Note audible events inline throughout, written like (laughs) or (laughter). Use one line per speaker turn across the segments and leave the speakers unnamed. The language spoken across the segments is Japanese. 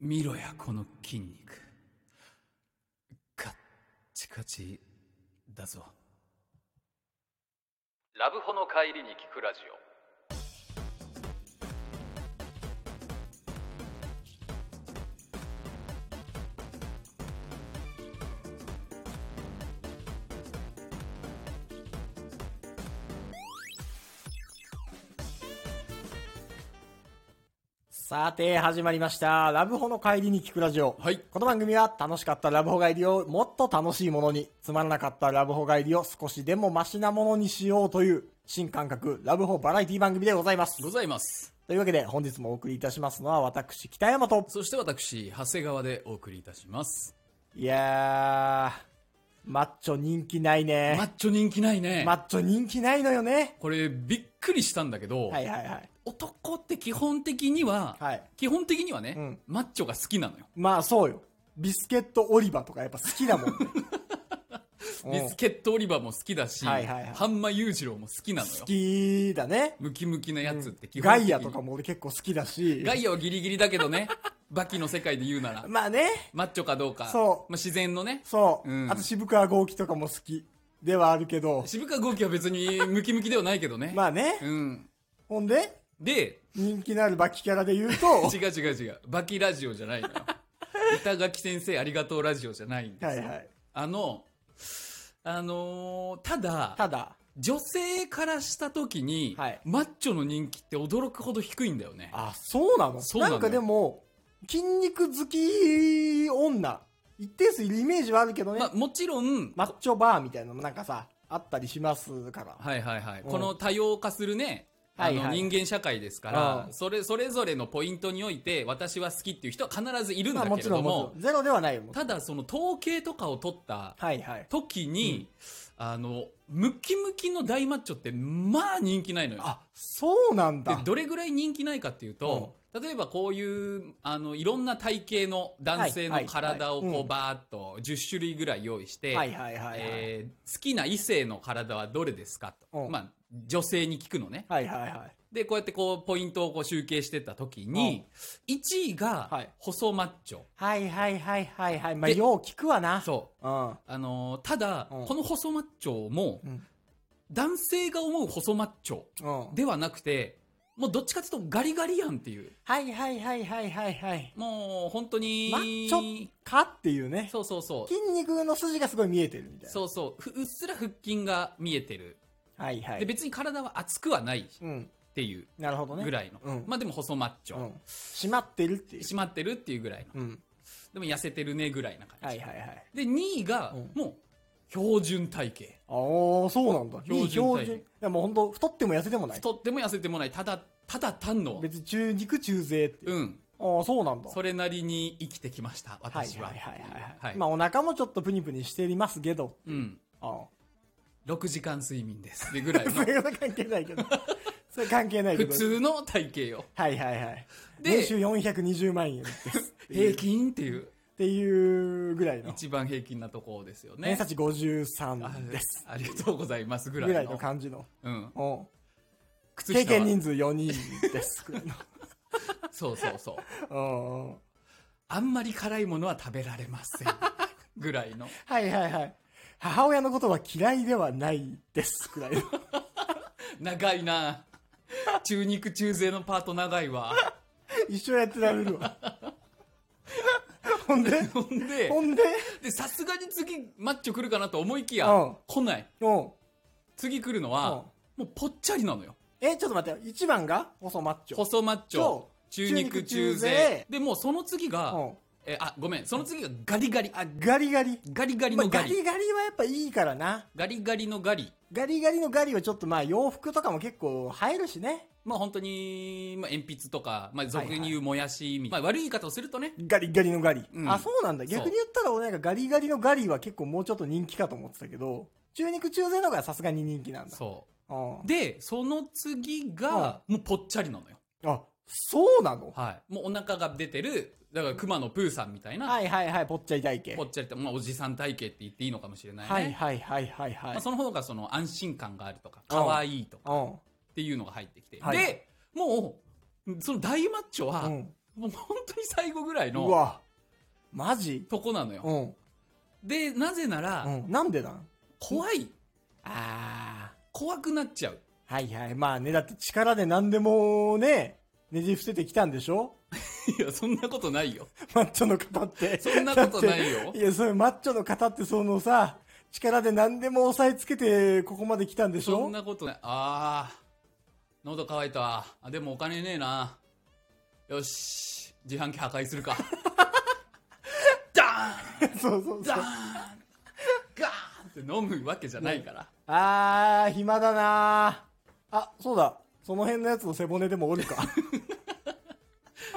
見ろやこの筋肉カッチカチだぞ
ラブホの帰りに聞くラジオ
さて、始まりました。ラブホの帰りに聞くラジオ。
はい
この番組は楽しかったラブホ帰りをもっと楽しいものに、つまらなかったラブホ帰りを少しでもマシなものにしようという、新感覚ラブホバラエティ番組でございます。
ございます
というわけで、本日もお送りいたしますのは、私、北山と。
そして私長谷川でお送りいたします
いやー、マッチョ人気ないね。
マッチョ人気ないね、
マッチョ人気ないのよね。
これびっくりしたんだけど、
はいはいはい。
男って基本的には、
はい
基本的にはね、
うん
マッチョが好きなのよ
まあ、そうよ。ビスケットオリバーとかやっぱ好きだもんね。
(laughs) ビスケット・オリバーも好きだし、
はいはいはい
ハンマ裕次郎も好きなの
うん
よ
好きだね。
ムキムキなやつって基本
ガ
的に
イアとかも俺結構好きだし。
ガイアはギリギリだけどねバキの世界で言うなら
(laughs) まあね、
マッチョかどうか
そう
まあ、自然のね
そう。
うん
あと渋川豪樹とかも好きではあるけど。
渋川豪樹は別にムキムキではないけどね。
まあね。
うん。
ほんで、
で、
人気のあるバキキャラで言うと、
(laughs) 違う違う違う。バキラジオじゃないのよ。板垣先生ありがとうラジオじゃないんですよ。
はいはい。
あの、あのーただ、
ただ、
女性からした時に、
はい
マッチョの人気って驚くほど低いんだよね。
あ、そうなの
そうなのよ
んかでも、筋肉好き女、一定数いるイメージはあるけどね、
まあ、もちろん、
マッチョバーみたいなのもなんかさ、あったりしますから。
はいはいはい。
うん
この多様化するね、あの
はいはい
人間社会ですから、
うん
それ、それぞれのポイントにおいて、私は好きっていう人は必ずいるん
まあ
だ
も
けれ
ちろ
ど
んも
も
ち、ろん。ゼロではないよ。もちろ
ただその統計とかを取った
んはいはい。
時に、あの、ムキムキの大マッチョって、まあ人気ないのよ。
あ、そうなん
で
だ。
どれぐらい人気ないかっていうと、例えばこういう、あの、いろんな体型の男性
は
の
いはい
体を
はい
こ
う
う、
ん
バーっと10種類ぐらい用意して、
はいはいはいはい。
えー好きな異性の体はどれですかと。
うん
まあ、女性に聞くのね。
はいはいはい。
で、こうやってこう、ポイントをこう集計してった時に、1位
は
が
い、
細マッチョ。
はいはいはいはいはい。まあ、
で
よう聞くわな。
そう。
う。ん。
あのーただ、
うん
この細マッチョも、
うん
男性が思う細マッチョ
うん。
ではなくて、もうどっちかというとガリガリやんっていう。
はいはいはいはいはいはい。
もう本当に。
マッチョかっていうね。
そうそうそう。
筋肉の筋がすごい見えてるみたいな。
そうそう。ふうっすら腹筋が見えてる。
はいは
で、
い。
別に体は熱くはないっ
うん。
ていう
なるほどね。
ぐらいの。
うん
まあでも細マッチョ。
うん。締まってるっていう。
締まってるっていうぐらいの。
うん。
でも痩せてるねぐらいな感じ。
はいはいはい。
で、2位が
うん、
もう、標準体型。
ああ、そうなんだ。
標準体
標準。いやもう本当太っても痩せてもない。
太っても痩せてもない。ただ、ただ単の、
別に中肉中背っていう。
うん。
ああ、そうなんだ。
それなりに生きてきました、
はい
私
は
は。
いはいはい
は
はいい。まあお腹もちょっとプニプニしていますけど。
うん。
ああ。
6時間睡眠です。でぐらい
(laughs) そ
の。
れは関係ない
(laughs)
けど。それ関係ないけ
普
ど。
通の体型よ。
はいはいはい。
で
年収420万
(laughs)
円です。
平均っていう、
っていうぐらいの。
一番平均なところですよね。
偏差値
あ
53です。
ありがとうございます。ぐ
ぐ
らいの。
らいの感じの。
うん。
うん
靴下
経
は
験人数4人
(laughs)
です。ぐらい
そうそうそう。
のうんうん
あんまり辛いものは食べられませ
(laughs)
ん。ぐらいの。
はいはいはい。母親のことは嫌いではないです。ぐらい
(laughs)
の。
長いな中肉中背のパート長いわ。
一生やってられ
(laughs)
るわ。ほんで、
ほんで、
ほんで、
でさすがに次、マッチョ来るかなと思いきや、
うん
来ない。
うん。
次来るのは、
うん
もうぽっちゃりなのよ。
え、ちょっと待ってよ。1番が細マッチョ。
細マッチョ
超、
中肉中
中
背
背。
で、もうその次が、
うん
え、あ、ごめん、その次がガリガリ。
あ、ガリガリ。
ガリガリ
まあ
のガ
ガ
リ。
リガリはやっぱいいからな。
ガリガリのガリ。
ガリガリのガリはちょっとまあ洋服とかも結構映えるしね。
まあ本当に、まあ鉛筆とか、まあ俗
はい
に
はい
言うもやしみたいな。まあ悪い言い方をするとね。
ガリガリのガリ。
うん
あ、そうなんだ。
そう
逆に言ったら俺なんかガリガリのガリは結構もうちょっと人気かと思ってたけど、中肉中背の方がさすがに人気なんだ。
そ
あ
う。で、その次が、もうぽっちゃりなのよ。
あ、そうなの
はい。もうお腹が出てる、だから熊野プーさんみたいな、
はいはいはい、ぽっちゃり体型。
ぽっちゃりと、まあおじさん体型って言っていいのかもしれないね。
はいはいはいはいはい。
まあ、その方がその安心感があるとか、
うん
可愛いとか
うん
っていうのが入ってきて。
はい
で、もう、その大マッチョは、
うん。
もう本当に最後ぐらいうの
わ。マジ
とこなのよ。
うん。
で、なぜなら、
うん。なんでなん
怖い。
あ
怖くなっちゃう。
あ。はいはい。まあね、だって力で何でもね、ねじ伏せてきたんでしょ
いや、そんなことないよ。
マッチョの方って。
そんなことないよ
だっていや、それマッチョの方ってそのさ、力で何でも押さえつけてここまで来たんでし
そ
ょ
んなことない。あー、喉乾いたわ。あ、でもお金ねえな。よし、自販機破壊する
(laughs)
か。ダーン
(laughs) そうそうそ
ダ
う
ーン。ガーンって飲むわけじゃないから。
あー、暇だなーあ、そうだ。その辺のやつの背骨でも折
(laughs)
るか。っ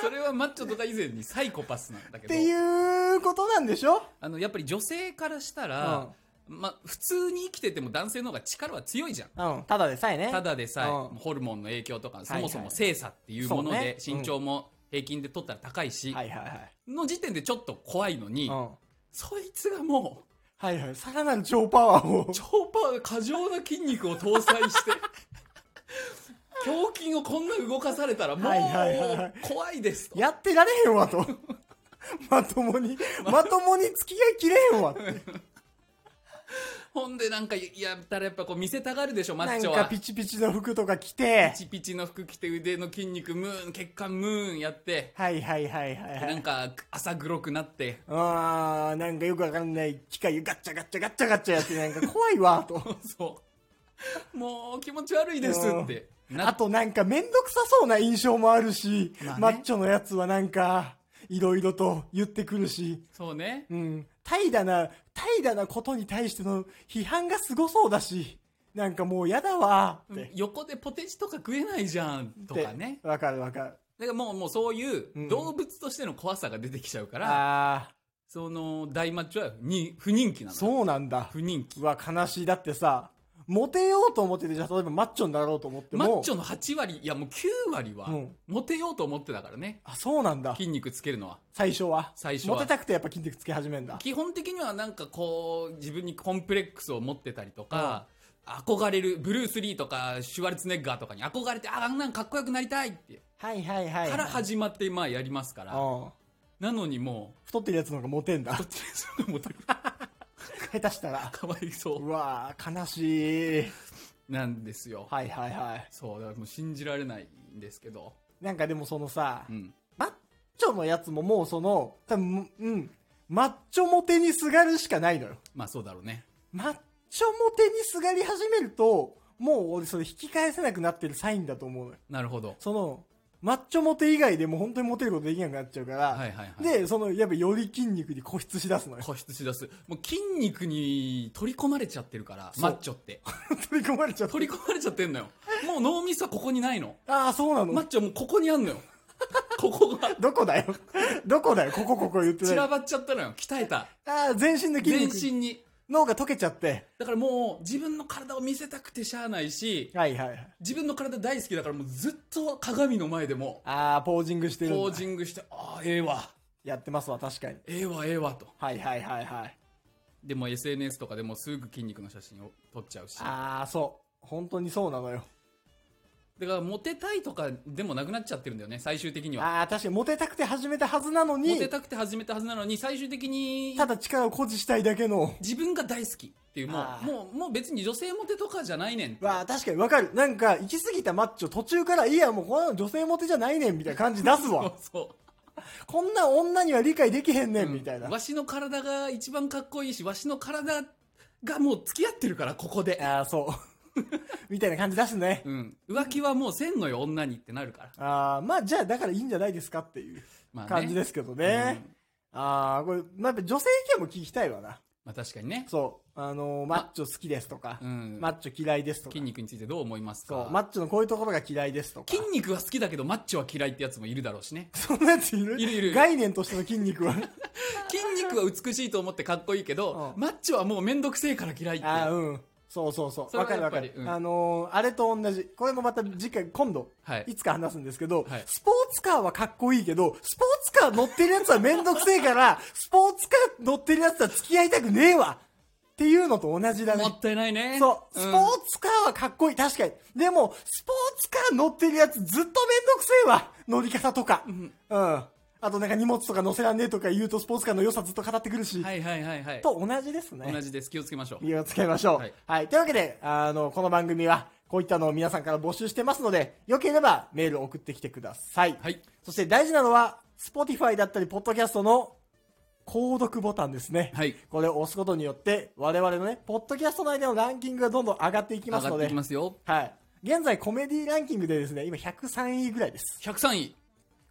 それはマッチョとか以前にサイコパスなんだけど
て。いうことなんでしょ
あの、やっぱり女性からしたら、ま、普通に生きてても男性の方が力は強いじゃん。
うん。ただでさえね。
ただでさえ、
うん
ホルモンの影響とか、そ
はい
もそも性差っていうもので、
そうねうん
身長も平均で取ったら高いし、
はいはいはい。
の時点でちょっと怖いのに、
うん。
そいつがも
はいはい。さらなる超パワーを
(laughs) う、。超パワー、過剰な筋肉を搭載
(laughs)
して、胸筋をこんな動かされたら、も、
はいはいはいはいう
怖いですと。
やってられへんわ
(laughs)
と。まともに、まともに付き合いきれへんわって。
ほんでなんか、やったらやっぱこう見せたがるでしょ、マ
な
ッチョ
ん
は。
かピチピチの服とか着て
ピ。チピチの服着て腕の筋肉ムーン、血管ムーンやって、
はいはいはいはいは
なん
い。
か朝黒くなって、
あー、なんかよくわかんない機械ガッチャガッチャガッチャガッチャやってなんか怖いわと。
そう。もう気持ち悪いですって。な
あとなんかめんどくさそうな印象もあるし、
まあね
マッチョのやつはなんか、いろいろと言ってくるし、
そうね。
うん。怠惰な、怠惰なことに対しての批判がすごそうだし、なんかもうやだわって。
横でポテチとか食えないじゃんとかね。
わかるわかる。
だからもう、もうそう
う
い
ん
う動物としての怖さが出てきちゃうから、
あ
その大マッチョはに不人気な
あ、
の。
そうなんだ。
不人気。
うわ、悲しい。だってさ、モテようと思ってて、じゃあ例えばマッチョになろうと思っても。
マッチョの8割、いやもう9割は
うん、
モテようと思ってたからね。
あ、そうなんだ。
筋肉つけるのは。
最初は。
最初は
モテたくてやっぱ筋肉つけ始めんだ。
基本的にはなんかこう、自分にコンプレックスを持ってたりとか、憧れる、ブルース・リーとか、シュワルツェネッガーとかに憧れて、あ、あんなんかっこよくなりたいって、
はいはいはい。
から始まって、まあやりますから。
うん。
なのにも
太ってるやつの方がモテんだ
う、。どっち (laughs) にしろモテる。
下手した
(laughs)
ら。
かわいうそ
わー悲しい。
う。なんですよ。
はいはいはい。
そう、だからもう信じられないんですけど。
なんかでもそのさ、
うん。
マッチョのやつももうその、多分うん、マッチョモテにすがるしかないのよ。
まあそうだろうね。
マッチョモテにすがり始めると、もう俺それ引き返せなくなってるサインだと思うのよ。
なるほど。
その、マッチョモテ以外でもう本当にモテることできなくなっちゃうか
は
ら、
いはいはい。、
で、その、やっぱより筋肉に固執しだすのよ。
固執しだす。もう筋肉に取り込まれちゃってるから、
そう
マッチョって。
取り込まれちゃって。
取り込まれちゃってんのよ。もう脳みそはここにないの。
ああ、そうなの、
マッチョもうここにあんの
(laughs)
よ。ここが
どこだよ (laughs) どこだよここここ言って
散
ない。
ら
あ
ばっちゃったのよ。鍛えた。
あー、全身の筋
全
肉。
身に。
脳が溶けちゃって。
だからもう自分の体を見せたくてしゃあないし、
はいはいはい。
自分の体大好きだからもうずっと鏡の前でも、
ああ、ポージングして
ポ
るんだ。
ージングして、ああ、ええわ。
やってますわ、確かに。
ええわ、ええわと。
はいはいはいはい。
でも SNS とかでもすぐ筋肉の写真を撮っちゃうし。だか
ああ、そう。本当にそうなのよ。
らモテたいとかでもなくなっちゃってるんだよね、最終的には。
ああ、確かにモテたくて始めたはずなの
モテ
に、
たくて始めたはずなのに、最終的に
ただ力を誇示したいだけの。
自分が大好きっていう、も
あー
う、もう、もう別に女性モテとかじゃないねんっていう
わあ、確かにわかる。なんか、行き過ぎたマッチョ途中から、いや、もうこんなの女性モテじゃないねん、みたいな感じ出す
(laughs) そう。
わ
そう。
こんな女には理解できへんねん、みたいな。
わ
あ
しの体が一番かっこいいし、わしの体がもう付き合ってるから、ここで。
あー、そう。 (laughs) みたいな感じ出すね。
うん。浮気はもうせんのよ、女にってなるから。
ああ、まあじゃあ、だからいいんじゃないですかっていう
まあね。
感じですけどね。ああ、これ、まあ、やっぱ女性意見も聞きたいわな。
まあ確かにね。
そう。あのーマッチョ好きですとか
う、ん。
マッチョ嫌いですとか
筋。肉についてどう思います
そ
か
う、マッチョのこういうところが嫌いですとか
筋。肉は好きだけどマッチョは嫌いってやつもいるだろうしね。
そんなやついる
いるいる
概念としての筋肉は。
筋肉は美しいと思ってかっこいいけど、
うん
マッチョはもうめんどくせえから嫌いって。
ああ、
は
うん。そうそうそう。
それ
わ
は
かるわか
や
る
っ。ぱりうん
あのーあれと同じ。これもまた次回、今度、い
い。
つか話すんですけど、
はい
スポーツカーはかっこいいけど、スポーツ (laughs) カー乗ってるやつはめんどくせえから、スポーツカー乗ってるやつは付き合いたくねえわっていうのと同じだね
も。ったいないね。
そう、スポ
ん
ーツカーはかっこいい。確かに。でも、スポーツカー乗ってるやつずっとめんどくせえわ。乗り方とか。うん。あとなんか荷物とか乗せらんねえとか言うとスポーツカーの良さずっと語ってくるし。
はいはいはいはい。
と同じですね。
同じです。気をつけましょう。
気をつけましょう。は
はいい。
というわけで、あの、この番組は、こういったのを皆さんから募集してますので、よければメールを送ってきてください。
はい。
そして大事なのは、Spotify だったり、ポッドキャストの、購読ボタンですね。
はい
これを押すことによって、我々のね、ポッドキャスト内でのランキングがどんどん上がっていきま
上
す
が
の
って
で。
いきますよ。
はい。現在、コメディランキングでですね、今103位ぐらいです。
103位。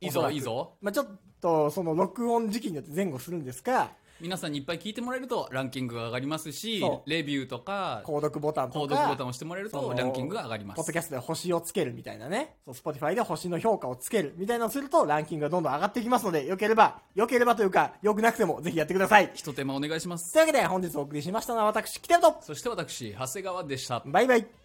いい
おそら
ぞ、
く
いいぞ。
まあちょっと、その、録音時期によって前後するんですが、
皆さんにいっぱい聞いてもらえるとランキングが上がりますし
そ、う
レビューとか、
購読ボタンとか。
購読ボタンを押してもらえる
そ
と
の
ランキングが上がりま
ポッド
す。
キャストで星をつけるみたいなね。そう、Spotify で星の評価をつけるみたいなのをするとランキングがどんどん上がっていきますので、良ければ、良ければというか、良くなくてもぜひやってください。とい
ひと手間お願いします。
うわけで本日お送りしましたのは私、キテルと
そして私、長谷川でした。
バイバイ